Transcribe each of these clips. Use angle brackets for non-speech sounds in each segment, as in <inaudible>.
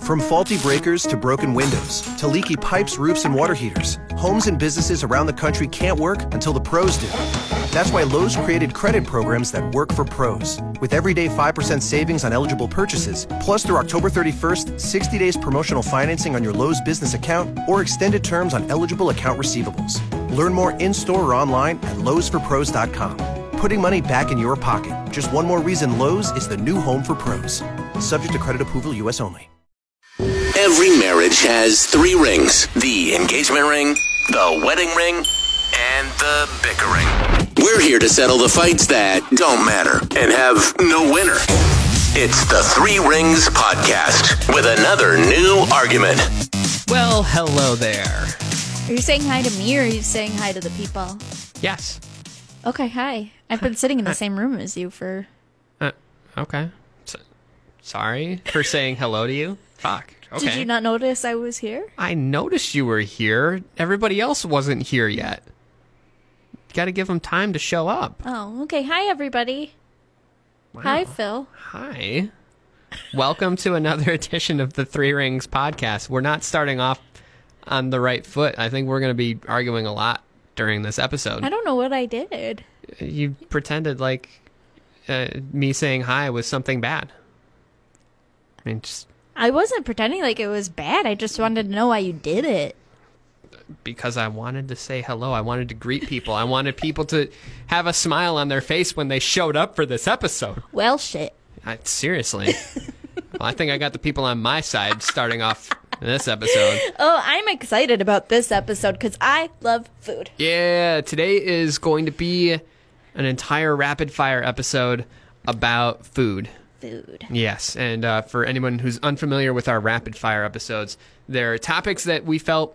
From faulty breakers to broken windows to leaky pipes, roofs, and water heaters, homes and businesses around the country can't work until the pros do. That's why Lowe's created credit programs that work for pros, with everyday 5% savings on eligible purchases, plus through October 31st, 60 days promotional financing on your Lowe's business account or extended terms on eligible account receivables. Learn more in store or online at Lowe'sForPros.com putting money back in your pocket. Just one more reason Lowe's is the new home for pros. Subject to credit approval, U.S. only. Every marriage has three rings the engagement ring, the wedding ring, and the bickering. We're here to settle the fights that don't matter and have no winner. It's the Three Rings Podcast with another new argument. Well, hello there. Are you saying hi to me or are you saying hi to the people? Yes. Okay, hi. I've been sitting in the same room as you for. Uh, okay. S sorry for saying hello to you. Fuck. Okay. Did you not notice I was here? I noticed you were here. Everybody else wasn't here yet. Got to give them time to show up. Oh, okay. Hi, everybody. Hi, Wow. Phil. Hi. Welcome to another <laughs> edition of the Three Rings podcast. We're not starting off on the right foot. I think we're going to be arguing a lot during this episode. I don't know what I did. You pretended like uh, me saying hi was something bad. I mean, just I wasn't pretending like it was bad. I just wanted to know why you did it. because I wanted to say hello. I wanted to greet people. I wanted people to have a smile on their face when they showed up for this episode. Well, shit. I, seriously. well, I think I got the people on my side starting off this episode. Oh, I'm excited about this episode because I love food. Yeah, today is going to be an entire rapid fire episode about food. Food. Yes, and uh, for anyone who's unfamiliar with our rapid fire episodes, there are topics that we felt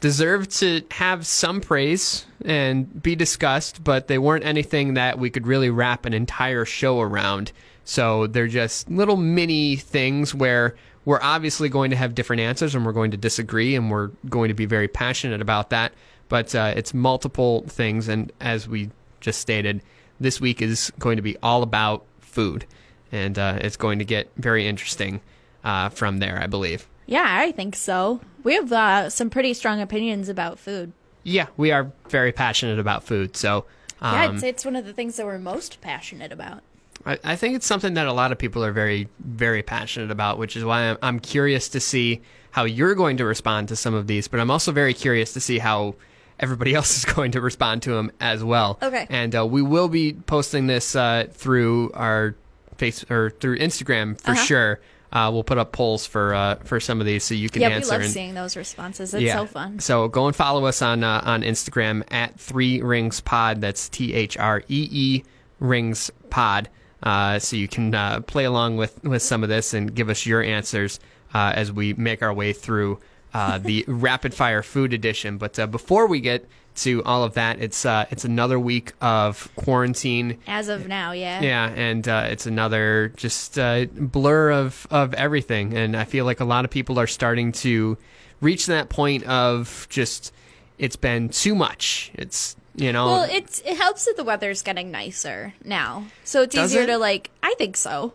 deserved to have some praise and be discussed, but they weren't anything that we could really wrap an entire show around. So they're just little mini things where we're obviously going to have different answers and we're going to disagree and we're going to be very passionate about that. But uh, it's multiple things, and as we just stated, this week is going to be all about food and uh, it's going to get very interesting uh, from there, I believe. Yeah, I think so. We have uh, some pretty strong opinions about food. Yeah, we are very passionate about food, so um, Yeah, I'd say it's one of the things that we're most passionate about. I, I think it's something that a lot of people are very, very passionate about, which is why I'm, I'm curious to see how you're going to respond to some of these, but I'm also very curious to see how everybody <laughs> else is going to respond to them as well. Okay. And uh, we will be posting this uh, through our face or through Instagram for Uh-huh. sure. Uh, we'll put up polls for uh, for some of these so you can Yeah, we answer love and, seeing those responses. It's so fun. So go and follow us on uh, on Instagram at Three Rings Pod. That's T H R E E Rings Pod. Uh, so you can uh, play along with with some of this and give us your answers uh, as we make our way through uh, the <laughs> rapid fire food edition. But uh, before we get to all of that, it's uh, it's another week of quarantine. As of now, yeah. Yeah, and uh, it's another just uh, blur of of everything, and I feel like a lot of people are starting to reach that point of just it's been too much. It's you know, Well, it's it helps that the weather's getting nicer now, so it's Does easier it? to like. I think so.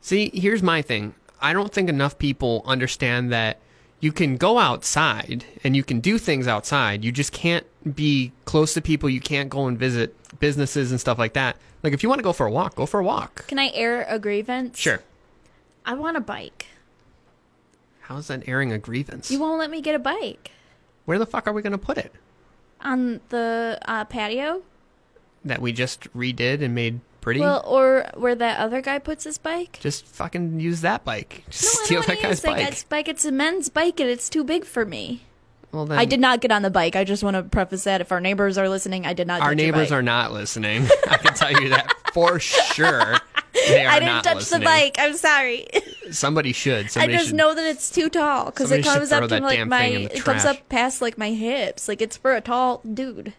See, here's my thing. I don't think enough people understand that you can go outside and you can do things outside. You just can't be close to people. You can't go and visit businesses and stuff like that. Like if you want to go for a walk, go for a walk. Can I air a grievance? Sure. I want a bike. How's that airing a grievance? You won't let me get a bike Where the fuck are we going to put it? on the uh, Hmm. patio. that we just redid and made pretty. Well, or where that other guy puts his bike. just fucking use that bike. <laughs> Just <laughs> No, steal I don't that want to guy's use that bike. guy's bike. It's a men's bike, and it's too big for me. Well, then I did not get on the bike. I just want to preface that if our neighbors are listening, I did not. Our touch your neighbors bike. are not listening. <laughs> I can tell you that <laughs> for sure. They are I didn't not touch listening. the bike. I'm sorry. <laughs> Somebody should. I Somebody just should. know that it's too tall because somebody it should comes up throw to that like damn my. thing in the It comes trash. up past like my hips. Like it's for a tall dude.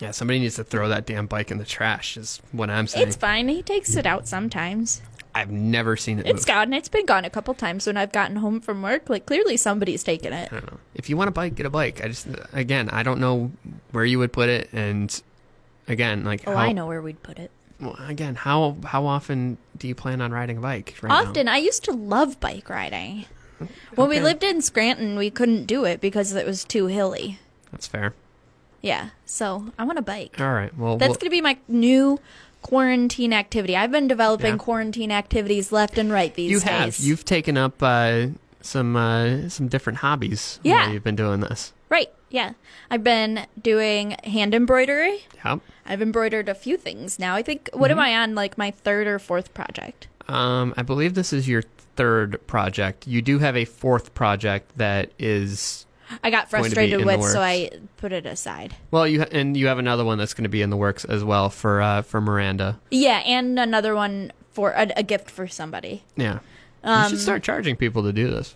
Yeah, somebody needs to throw that damn bike in the trash. Is what I'm saying. It's fine. He takes it out sometimes. I've never seen it. It's move. gone. It's been gone a couple times when I've gotten home from work. Like clearly somebody's taken it. I don't know. If you want a bike, get a bike. I just again, I don't know where you would put it, and again, like Oh, how, I know where we'd put it. well, Again, how how often do you plan on riding a bike? Right now? Often I used to love bike riding. When we Okay. lived in Scranton, we couldn't do it because it was too hilly. That's fair. Yeah. So I want a bike. All right. Well, That's we'll- going to be my new quarantine activity. I've been developing Yeah. quarantine activities left and right these you days. have you've taken up uh, some uh, some different hobbies. Yeah. while you've been doing this. Right. Yeah. I've been doing hand embroidery. Yep. I've embroidered a few things now. I think, what Mm-hmm. am I on? Like my third or fourth project? Um, I believe this is your third project. You do have a fourth project that is I got Going to be in frustrated the with, works. so I put it aside. well, you ha- and you have another one that's going to be in the works as well for uh, for Miranda. Yeah. And another one for a, a gift for somebody. Yeah, you should start charging people to do this.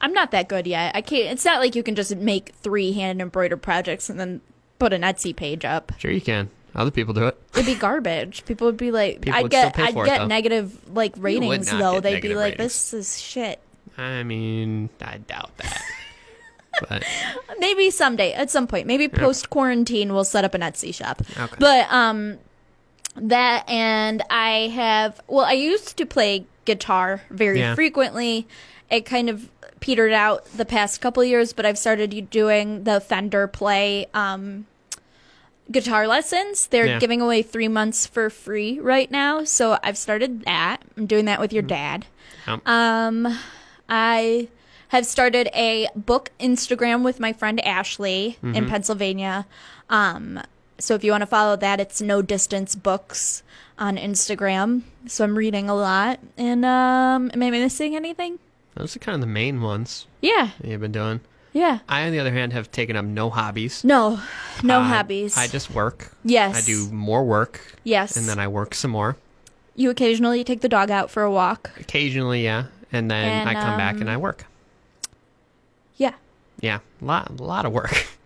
I'm not that good yet. I can't. It's not like you can just make three hand embroidered projects and then put an Etsy page up. Sure, you can. Other people do it. <sighs> It'd be garbage. People would be like, People I would still get, pay I for it, get though. negative like ratings not though. get They'd be negative like, ratings. this is shit. I mean, I doubt <laughs> that. but Maybe someday, at some point, maybe post quarantine, we'll set up an Etsy shop. Okay. But um, that and I have. Well, I used to play guitar very Yeah. frequently. It kind of petered out the past couple years, but I've started doing the Fender Play um, guitar lessons. They're Yeah. giving away three months for free right now, so I've started that. I'm doing that Mm. with your dad. um, Um, I have started a book Instagram with my friend Ashley Mm-hmm. in Pennsylvania. Um, so if you want to follow that, it's No Distance Books on Instagram. So I'm reading a lot. And um, am I missing anything? those are kind of the main ones Yeah, that you've been doing. yeah. I, on the other hand, have taken up no hobbies. No, no I- hobbies. Um, I just work. Yes. I do more work. Yes. And then I work some more. you occasionally take the dog out for a walk. Occasionally, yeah. And then And, I come back um, and I work. Yeah. Yeah. A lot, a lot of work. <laughs>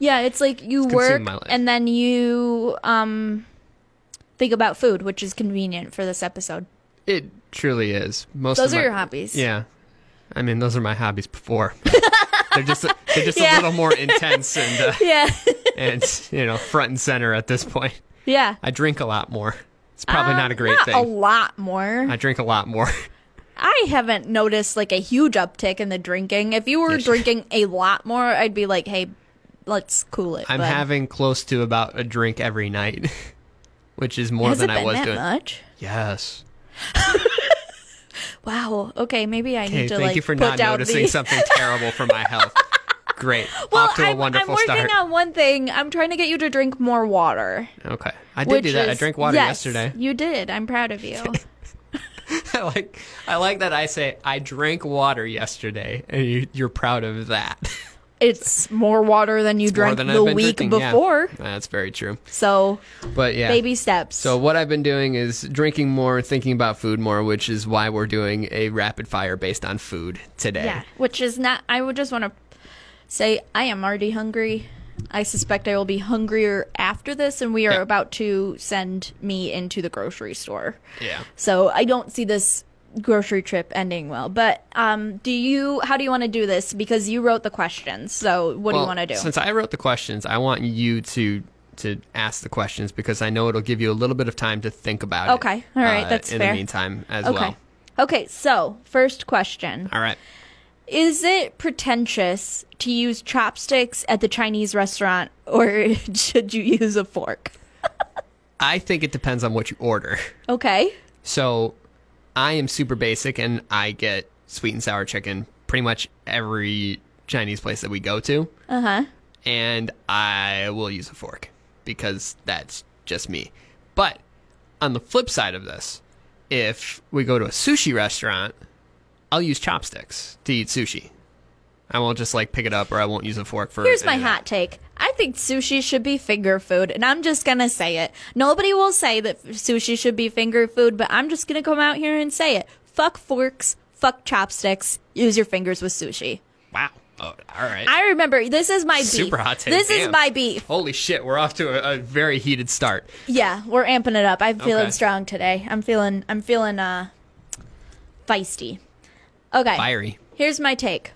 Yeah, it's like you It's work consumed my life. and then you um think about food, which is convenient for this episode. It truly is. Most Those of are my- your hobbies. Yeah. I mean, those are my hobbies <laughs> before. they're just they're just a Yeah. little more <laughs> intense and uh, <laughs> Yeah. and you know front and center at this point. yeah. I drink a lot more. It's probably Um, not a great not thing. A lot more. I drink a lot more. <laughs> I haven't noticed like a huge uptick in the drinking. If you were Yes. drinking a lot more, I'd be like, hey, let's cool it. I'm but having close to about a drink every night, <laughs> which is more has than it I been was that doing. much? Yes. Wow. Okay, maybe I Okay, need to thank like you for put not down noticing the... something terrible for my health. Great. <laughs> Well, Off to a I'm, wonderful I'm working start. on one thing. I'm trying to get you to drink more water. Okay. I which did do that. I is- drank water yes, yesterday. <laughs> You did. I'm proud of you. I like I like that I say I drank water yesterday and you, you're proud of that. <laughs> it's more water than you More drank than the I've been week drinking, yeah. before. That's very true. So But yeah. baby steps. So what I've been doing is drinking more, thinking about food more, which is why we're doing a rapid fire based on food today. Yeah, which is not. I would just want to say I am already hungry. I suspect I will be hungrier after this, and we are Yeah. about to send me into the grocery store. Yeah. So I don't see this grocery trip ending well. But um, do you? How do you want to do this? Because you wrote the questions. So what do you Well, want to do? Since I wrote the questions, I want you to to ask the questions because I know it'll give you a little bit of time to think about it. uh, Okay. All right. That's in fair. the meantime as okay. well. Okay. So first question: All right. Is it pretentious to use chopsticks at the Chinese restaurant, or <laughs> should you use a fork? I think it depends on what you order. <laughs> Okay. So I am super basic and I get sweet and sour chicken pretty much every Chinese place that we go to. Uh huh. And I will use a fork because that's just me. But on the flip side of this, if we go to a sushi restaurant, I'll use chopsticks to eat sushi. I won't just like pick it up or I won't use a fork for Here's my any of that. hot take. I think sushi should be finger food, and I'm just gonna say it. Nobody will say that sushi should be finger food, but I'm just gonna come out here and say it. Fuck forks, fuck chopsticks, use your fingers with sushi. Wow. Oh, all right. I remember this is my beef. Super hot take. This is Damn. my beef. Holy shit, we're off to a, a very heated start. Yeah, we're amping it up. I'm feeling Okay. strong today. I'm feeling I'm feeling uh feisty. Okay. Fiery. Here's my take.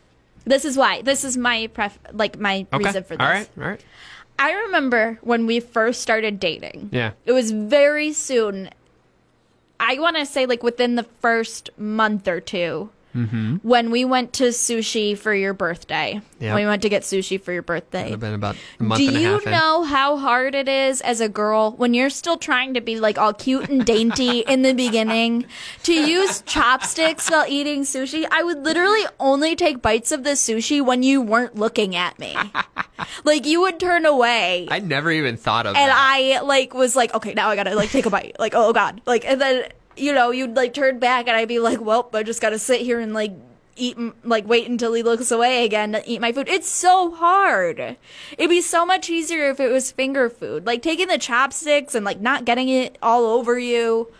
This is why. This is my pref like my Okay. reason for this. All right. All right. I remember when we first started dating. Yeah. It was very soon. I want to say, like, within the first month or 2 Mm-hmm. when we went to sushi for your birthday. Yeah. When we went to get sushi for your birthday. I've been about a month Do and a you half in. know how hard it is as a girl when you're still trying to be like all cute <laughs> and dainty in the beginning to use chopsticks while eating sushi? I would literally only take bites of the sushi when you weren't looking <laughs> at me. like you would turn away. I never even thought of and that. I like was like, okay, now I gotta like take a bite. Like, oh god. Like, and then you know you'd like turn back, and I'd be like, well, I just gotta sit here and like eat, m- like wait until he looks away again to eat my food. It's so hard. It'd be so much easier if it was finger food, like taking the chopsticks and like not getting it all over you.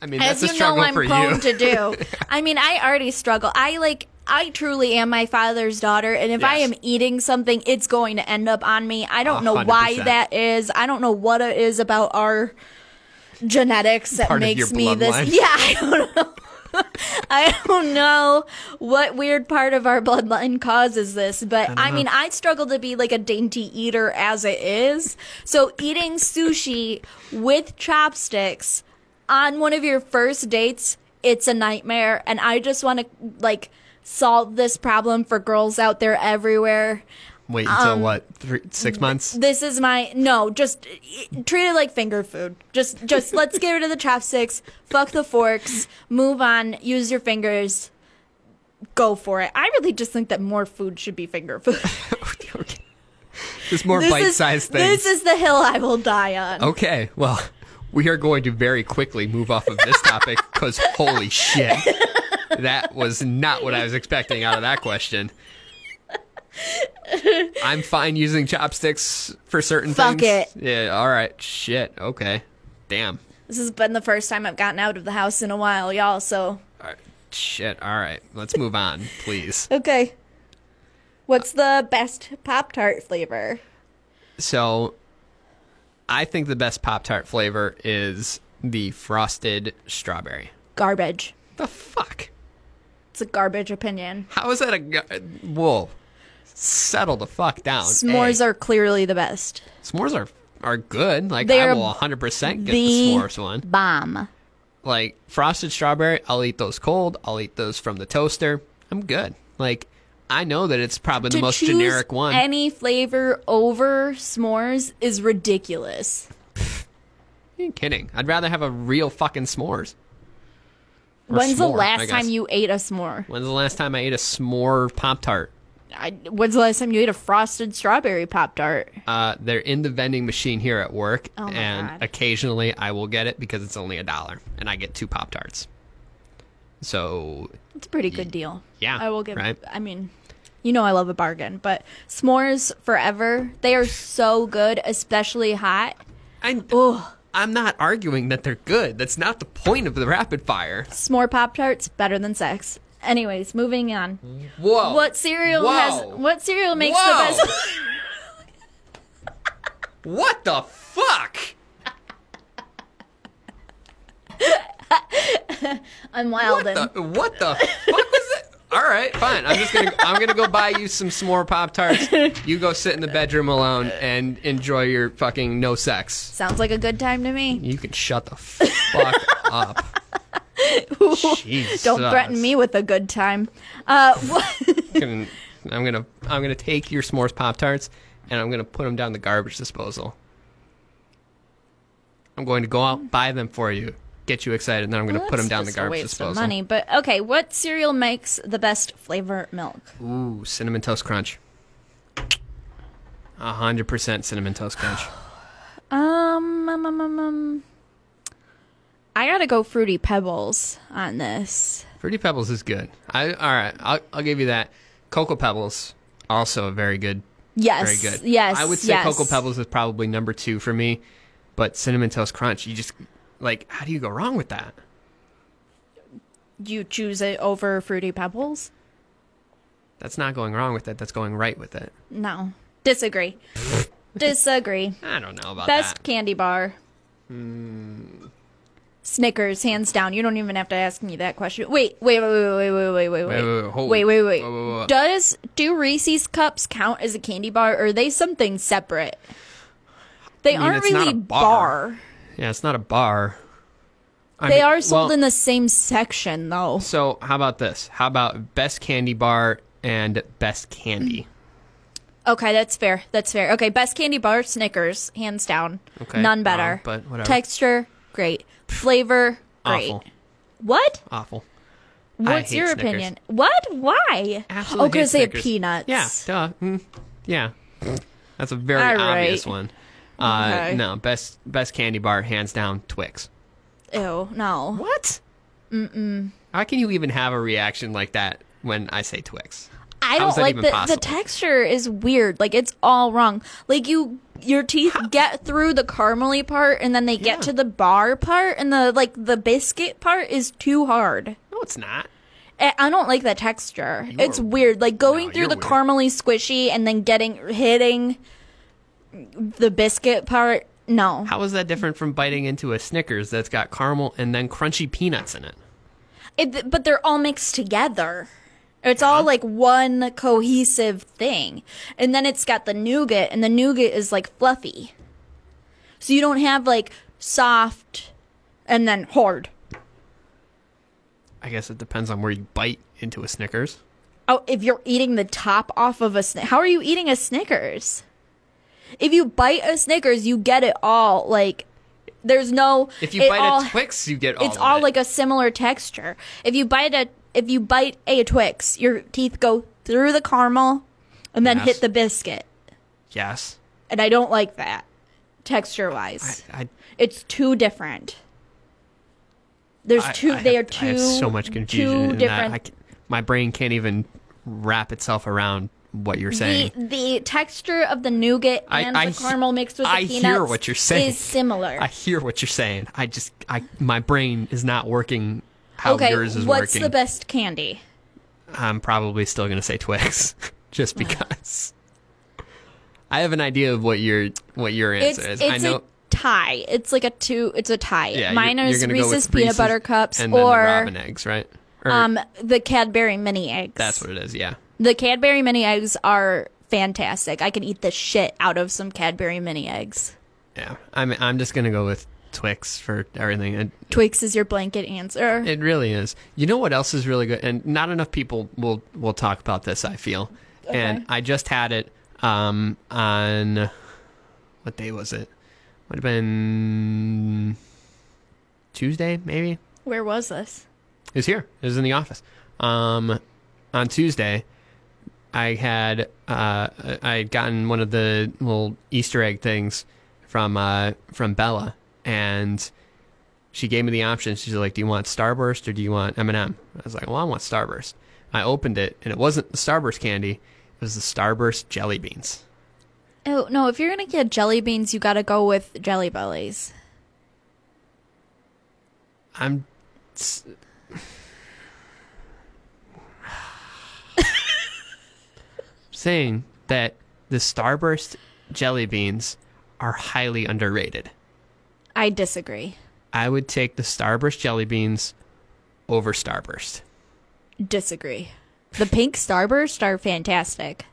I, mean, As that's a you know, struggle I'm for prone you. <laughs> to do. I mean, I already struggle. I like. I truly am my father's daughter, and if I Yes. am eating something, it's going to end up on me. I don't A know hundred why percent. that is. I don't know what it is about our genetics that Part of makes your me this. bloodline. Yeah, <laughs> I don't know. I don't know what weird part of our bloodline causes this, but I, mean, I struggle to be like a dainty eater as it is. So eating sushi with chopsticks on one of your first dates, it's a nightmare. And I just want to like solve this problem for girls out there everywhere. Wait until um, what? Three, six months? This is my no. Just eh, treat it like finger food. Just, just let's get rid of the chopsticks. Fuck the forks. Move on. Use your fingers. Go for it. I really just think that more food should be finger food. okay. There's more This is- <laughs> bite-sized things. Oh. This is the hill I will die on. okay, well, we are going to very quickly move off of this <laughs> topic because holy shit, that was not what I was expecting out of that question. I'm fine using chopsticks for certain Fuck things. Fuck it. Yeah. All right. Shit. Okay. Damn. This has been the first time I've gotten out of the house in a while, y'all. So All right. Shit. All right. Let's move on, please. okay. What's the best Pop Tart flavor? So, I think the best Pop Tart flavor is the frosted strawberry. Garbage. The fuck? It's a garbage opinion. How is that a gu- whoa? Settle the fuck down. S'mores A. are clearly the best. s'mores are are good. Like I They're will 100 percent get the, the s'mores one. bomb. Like frosted strawberry, I'll eat those cold. I'll eat those from the toaster. I'm good. Like I know that it's probably the to most choose generic one. Any flavor over s'mores is ridiculous. You're kidding. I'd rather have a real fucking s'mores. Or When's the s'more, I last guess. time you ate a s'more? When's the last time I ate a s'more pop tart? I, when's the last time you ate a frosted strawberry pop tart? Uh, they're in the vending machine here at work, Oh my and God. occasionally I will get it because it's only a dollar, and I get two pop tarts. So It's a pretty good deal. yeah, I will give. right? I mean, you know I love a bargain, but s'mores forever. They are so good, especially hot. I, Oh, I'm not arguing that they're good. That's not the point of the rapid fire. s'more pop tarts better than sex. Anyways, moving on. Whoa! What cereal Oh. Whoa. has? What cereal makes Whoa. the best? <laughs> <laughs> what the fuck? I'm wild. and- The- what the fuck was that? All right, fine. I'm just gonna I'm gonna go buy you some s'more pop tarts. You go sit in the bedroom alone and enjoy your fucking no sex. Sounds like a good time to me. You can shut the fuck up. Jesus. <laughs> Don't threaten me with a good time. <laughs> Uh, wh- Fucking- I'm gonna I'm gonna take your s'mores pop tarts and I'm gonna put them down the garbage disposal. I'm going to go out buy them for you, get you excited, and then I'm gonna put them down the That's just a garbage waste disposal. Of money, but okay. What cereal makes the best flavor milk? Ooh, cinnamon toast crunch. A hundred percent cinnamon toast crunch. <sighs> Um, um, um, um, um, I gotta go fruity pebbles on this. Fruity Pebbles is good. I all right. I'll, I'll give you that. Cocoa Pebbles also a very good, very Yes, good. yes. I would say yes. Cocoa Pebbles is probably number two for me, but Cinnamon Toast Crunch. You just like how do you go wrong with that? You choose it over fruity pebbles? That's not going wrong with it. That's going right with it. No, <laughs> disagree. disagree. I don't know about Best that. candy bar. Snickers, hands down. You don't even have to ask me that question. Wait, wait, wait, wait, wait, wait, wait, Wait, wait, wait, wait, wait, hold- wait, wait, wait. whoa, whoa, whoa. Does do Reese's cups count as a candy bar, or are they something separate? They mean, aren't it's not really a bar. bar. Yeah, it's not a bar. I They mean, are sold well, in the same section though. So how about this? How about best candy bar and best candy? Okay, that's fair. That's fair. Okay, best candy bar Snickers, hands down. Okay, None better. um, but whatever. Texture, great. Flavor, great. Awful, What? awful. I What's hate your Snickers. opinion? What? Why? Absolutely oh, hate they have Snickers. peanuts. Yeah, duh. Mm, yeah, that's a very All right. obvious one. Uh, Okay. No, best best candy bar, hands down, Twix. Ew, no. What? Mm mm. How can you even have a reaction like that when I say Twix? How I is don't that like even the possible? the texture is weird. Like it's all wrong. Like you your teeth get through the caramely part and then they Yeah. get to the bar part and the like the biscuit part is too hard. No, it's not. I I don't like that texture. You It's are- weird. Like going No, through you're the weird. caramely squishy and then getting hitting the biscuit part. No. How is that different from biting into a Snickers that's got caramel and then crunchy peanuts in it? It, but they're all mixed together. It's Uh-huh. all like one cohesive thing. And then it's got the nougat, and the nougat is like fluffy. So you don't have like soft and then hard. I guess it depends on where you bite into a Snickers. Oh, if you're eating the top off of a Snickers, how are you eating a Snickers? If you bite a Snickers, you get it all. Like, there's no. If you it bite all- a Twix, you get all. it's of all it. like a similar texture. If you bite a if you bite a Twix, your teeth go through the caramel and then Yes. hit the biscuit. yes. And I don't like that texture wise. I, It's too different. There's I, two I they have, are two I have so much confusion. two and I- different I c- my brain can't even wrap itself around what you're saying. the, the texture of the nougat I- and I the he- caramel mixed with the I peanuts hear what you're saying. is similar. I hear what you're saying. I just, I, my brain is not working how okay, yours is what's working. the best candy? I'm probably still gonna say Twix, <laughs> just because. I have an idea of what your what your It's answer is. it's I know. a tie. It's like a two. It's a tie. yeah, Mine you're, you're is gonna go Reese's with peanut Reese's butter cups and then the or robin eggs, right? Or, um the Cadbury mini eggs. that's what it is. Yeah. the Cadbury mini eggs are fantastic. I can eat the shit out of some Cadbury mini eggs. Yeah, I'm I'm just gonna go with Twix for everything. It, Twix is your blanket answer. it really is. You know what else is really good, and not enough people will will talk about this. I feel, and I just had it um, on what day was it? Would have been Tuesday, maybe. Where was this? It was here. It was in the office. Um, on Tuesday, I had uh, I had gotten one of the little Easter egg things from uh, from Bella, and she gave me the option. She's like, "Do you want Starburst or do you want M and m I was like, "Well, I want Starburst." I opened it, and it wasn't the Starburst candy. It was the Starburst jelly beans. Oh no! If you're gonna get jelly beans, you gotta go with Jelly Bellies. I'm. <sighs> saying that the Starburst jelly beans are highly underrated. I disagree. I would take the Starburst jelly beans over Starburst. Disagree. The pink Starburst are fantastic.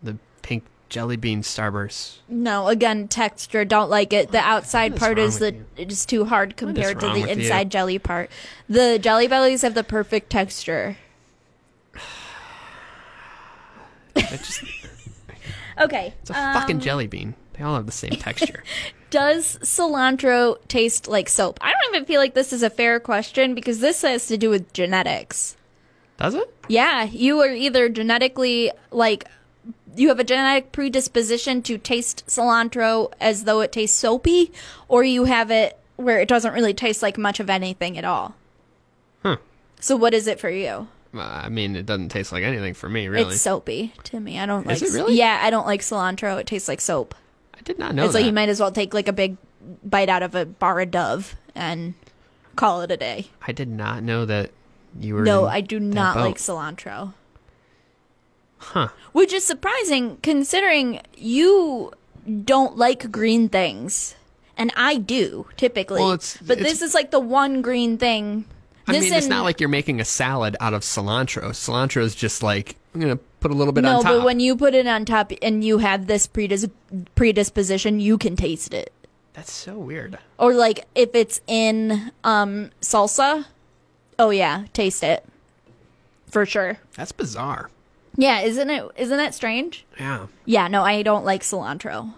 The pink jelly bean Starburst. No, again, texture. Don't like it. The outside is part wrong is with the you? it is too hard compared to wrong the with you? inside jelly part. The jelly bellies have the perfect texture. It just, Okay. <laughs> it's a Um. fucking jelly bean. They all have the same texture. Does cilantro taste like soap? I don't even feel like this is a fair question because this has to do with genetics. Does it? Yeah, you are either genetically like you have a genetic predisposition to taste cilantro as though it tastes soapy, or you have it where it doesn't really taste like much of anything at all. Huh. So what is it for you? Uh, I mean, it doesn't taste like anything for me, really. It's soapy to me. I don't like Is it really? Yeah, I don't like cilantro. It tastes like soap. I did not know it's that. like you might as well take like a big bite out of a bar of Dove and call it a day. I did not know that you were. No, in I do that not boat. like cilantro. Huh. Which is surprising considering you don't like green things. And I do, typically. Well, it's- but it's- this is like the one green thing. I This mean, it's and- not like you're making a salad out of cilantro. Cilantro is just like I'm gonna put a little bit No, on top. but when you put it on top and you have this predis- predisposition, you can taste it. That's so weird. Or like if it's in um salsa, oh yeah, taste it. For sure. That's bizarre. Yeah, isn't it isn't that strange? Yeah. Yeah, no, I don't like cilantro.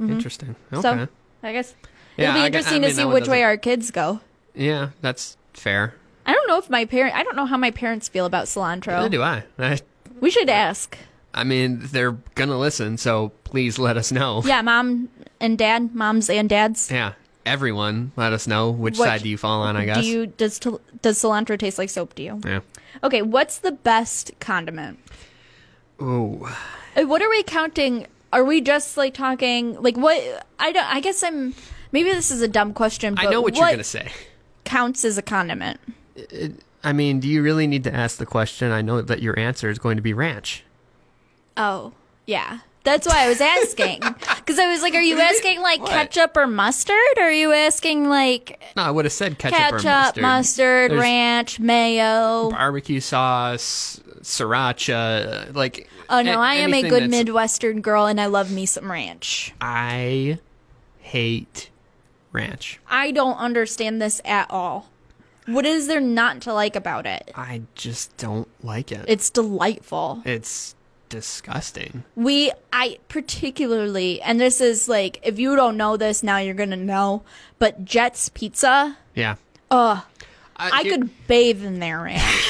Interesting. Okay. Mm-hmm. So I guess Yeah, it'll I gu- be I interesting mean, to that see one which way doesn't- our kids go. yeah, that's fair. I don't know if my parent I don't know how my parents feel about cilantro. Neither do I. I. We should ask. I mean, they're gonna listen, so please let us know. Yeah, mom and dad, moms and dads. Yeah. Everyone, let us know which What- side do you fall on. I guess. Do you does til- does cilantro taste like soap to you? yeah. Okay, what's the best condiment? Ooh. Uh, What are we counting? Are we just like talking like what I don't I guess I'm maybe this is a dumb question but I know what, you're gonna say. counts as a condiment? I mean, do you really need to ask the question? I know that your answer is going to be ranch. Oh, yeah. That's why I was asking. Cuz I was like are you asking like What? ketchup or mustard or are you asking like No, I would have said ketchup, or ketchup, mustard. mustard, There's ranch, mayo? barbecue sauce, sriracha, like. Oh no, a- I am a anything good that's- Midwestern girl and I love me some ranch. I hate ranch. I don't understand this at all. What is there not to like about it? I just don't like it. It's delightful. it's disgusting. We, I particularly, and this is like, if you don't know this, now you're gonna know, but Jets Pizza, Yeah. I here- could bathe in their ranch.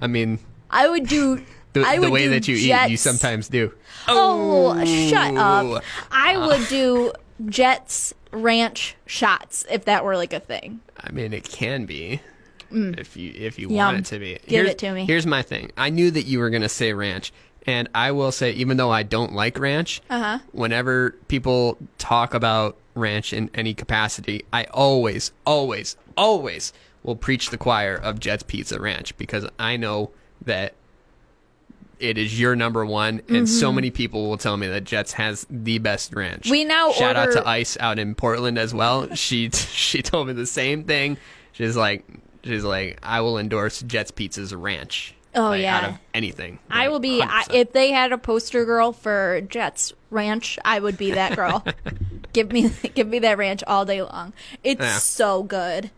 I mean, I would do. the, I the would way do that you eat, you Jets- sometimes do. Oh, shut Ooh. Ah. up. I would do Jets ranch shots if that were like a thing. I mean, it can be if you if you Mm. Yum. want it to be. Give it to me. Here's my thing. I knew that you were gonna say ranch, and I will say, even though I don't like ranch, uh-huh. whenever people talk about ranch in any capacity, I always, always, always will preach the choir of Jets Pizza Ranch because I know that. It is your number one, and so many people will tell me that Jets has the best ranch. Mm-hmm. We now shout out order- to Ice out in Portland as well. She <laughs> she told me the same thing. She's like she's like I will endorse Jets Pizza's ranch. Oh, Like, out yeah. of anything. I Like, will be, I, 100%. if they had a poster girl for Jets ranch, I would be <laughs> that girl. give me, give me that ranch all day long. It's Yeah. so good.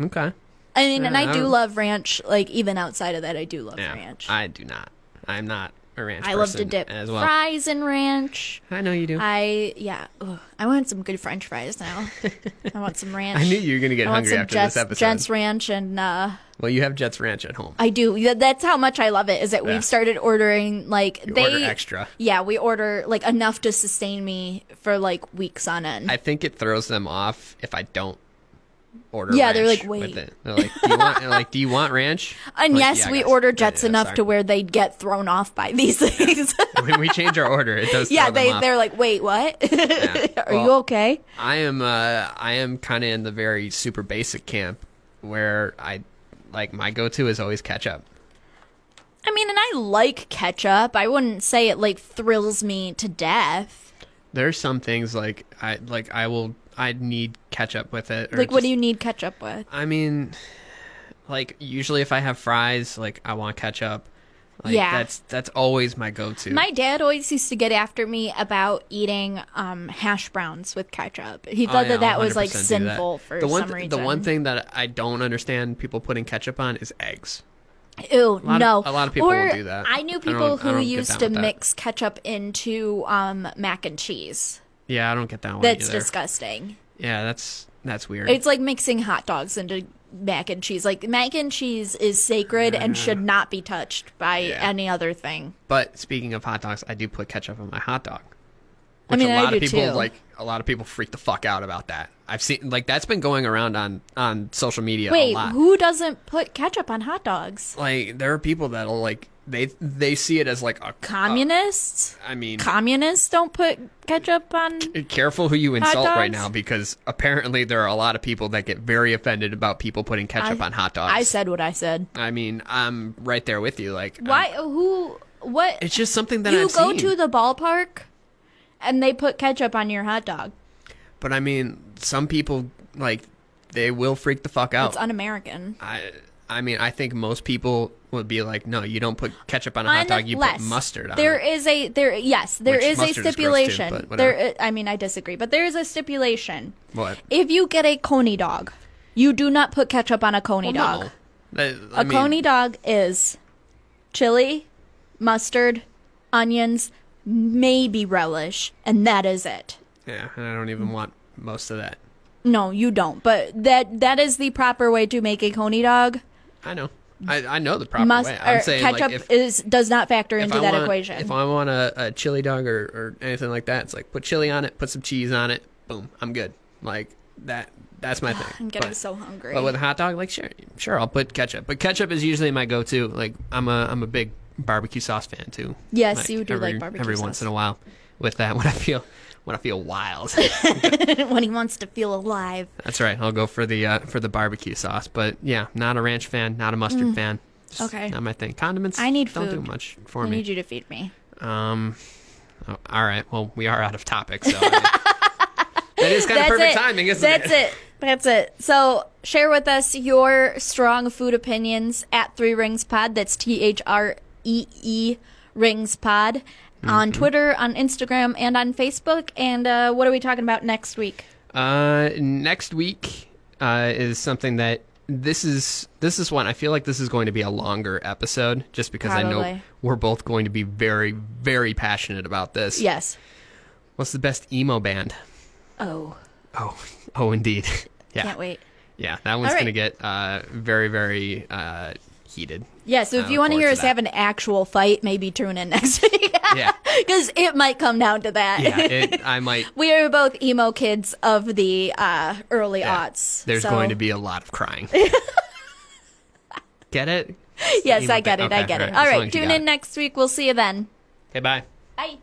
okay. I mean, and Yeah, I I do don't- love ranch. Like even outside of that, I do love Yeah, ranch. I, I do not. I'm not a ranch. love to person dip as well. fries in ranch. I know you do. I, I yeah. Ugh, I want some good French fries now. I <laughs> want some ranch. knew you were gonna get I want hungry some after Jets, this episode. Jets ranch, and uh, well, you have Jets ranch at home. I do. Th- That's how much I love it. Is that Yeah. we've started ordering like You they order extra. Yeah, we order like enough to sustain me for like weeks on end. I think it throws them off if I don't order. Yeah, they're ranch like, with "Wait." it. They're like, do you want, they're like, do you want <laughs> ranch? and Like, yes, "Yeah, I we got- order yeah, Jets yeah, enough sorry." to where they'd get thrown off by these things. <laughs> when we change our order, it does. <laughs> yeah, throw them they off. they're like, wait, what? <laughs> Are you Well, okay? I am uh, I am kind of in the very super basic camp where I like my go to is always ketchup. I mean, and I like ketchup. I wouldn't say it like thrills me to death. There's some things like I like I will I need ketchup with it. Or Like, what just- do you need ketchup with? I mean, like usually if I have fries, like I want ketchup. Like, Yeah. that's that's always my go to. My dad always used to get after me about eating um, hash browns with ketchup. He Oh, thought yeah, that that was 100% like do that. sinful for the one some th- reason. The one thing that I don't understand people putting ketchup on is eggs. Ew, lot of- no. a lot of people or will do that. I knew I people don't- I who don't get used down to with that. mix ketchup into um, mac and cheese. Yeah, I don't get that one. That's either. disgusting. Yeah, that's that's weird. It's like mixing hot dogs into mac and cheese. Like mac and cheese is sacred and should not be touched by Yeah. any other thing. But speaking of hot dogs, I do put ketchup on my hot dog. I Which mean, a I lot of do people too. like a lot of people freak the fuck out about that. I've seen like that's been going around on on social media a Wait, lot. who doesn't put ketchup on hot dogs? like there are people that'll like they they see it as like a Communists? I mean, eh, Communists don't put ketchup on. careful who you insult right dogs? now because apparently there are a lot of people that get very offended about people putting ketchup I- on hot dogs. I said what I said. I mean, I'm right there with you. Like, I'm- Why? Who? What? it's just something that you I've go seen. to the ballpark, and they put ketchup on your hot dog. but I mean, some people like they will freak the fuck out. It's un-American. I I mean, I think most people would be like, no, you don't put ketchup on a hot dog, you Unless put mustard on there it. is a there yes there Which is a mustard is gross too, stipulation but whatever. there i I mean i disagree but there is a stipulation What? if you get a coney dog you do not put ketchup on a Oh, coney dog A A coney dog is chili, mustard, onions, maybe relish, and that is it. Yeah, and I don't even want most of that. No, you don't. But that that is the proper way to make a coney dog. I know. I, I know the proper Must way. or I'm saying ketchup like if, is does not factor if into I that want, equation. If I want a, a chili dog or, or anything like that, it's like put chili on it, put some cheese on it, boom, I'm good. Like that. That's <sighs> my thing. I'm getting But- so hungry. But with a hot dog, like sure, sure, I'll put ketchup. But ketchup is usually my go-to. Like I'm a I'm a big barbecue sauce fan too. Yes, you do every- like barbecue every sauce. once in a while. With that, <laughs> when I feel when I feel <laughs> wild, when he wants to feel alive. that's right. I'll go for the uh, for the barbecue sauce. But yeah, not a ranch fan, not a mustard fan. Just Mm. Okay. not my thing. Condiments. I need don't do food. much for I me. need you to feed me. Um. oh, all right. Well, we are out of topic, so. <laughs> I, That is kind of perfect timing, isn't That's it? it. That's it. So share with us your strong food opinions at Three Rings Pod. That's T H R E E Rings Pod on Mm-hmm. Twitter, on Instagram, and on Facebook. And uh, what are we talking about next week? Uh, next week uh, is something that this is this is one I feel like this is going to be a longer episode just because I know Probably. we're both going to be very very passionate about this. Yes. What's the best emo band? Oh, Oh, <laughs> oh, indeed. yeah, can't wait. yeah, that one's All right. gonna get uh very very uh <laughs> heated. Yeah. So if I you look want to hear forward us to have that. an actual fight, maybe tune in next <laughs> week Yeah, because it might come down to that. yeah. It, I might. <laughs> we are both emo kids of the uh, early yeah. aughts. There's so- going to be a lot of crying. get it? Yes, emo I get thing. it. I Okay, get it. all right, as All long right. as you Tune got in it. next week. We'll see you then. Okay, bye. Bye.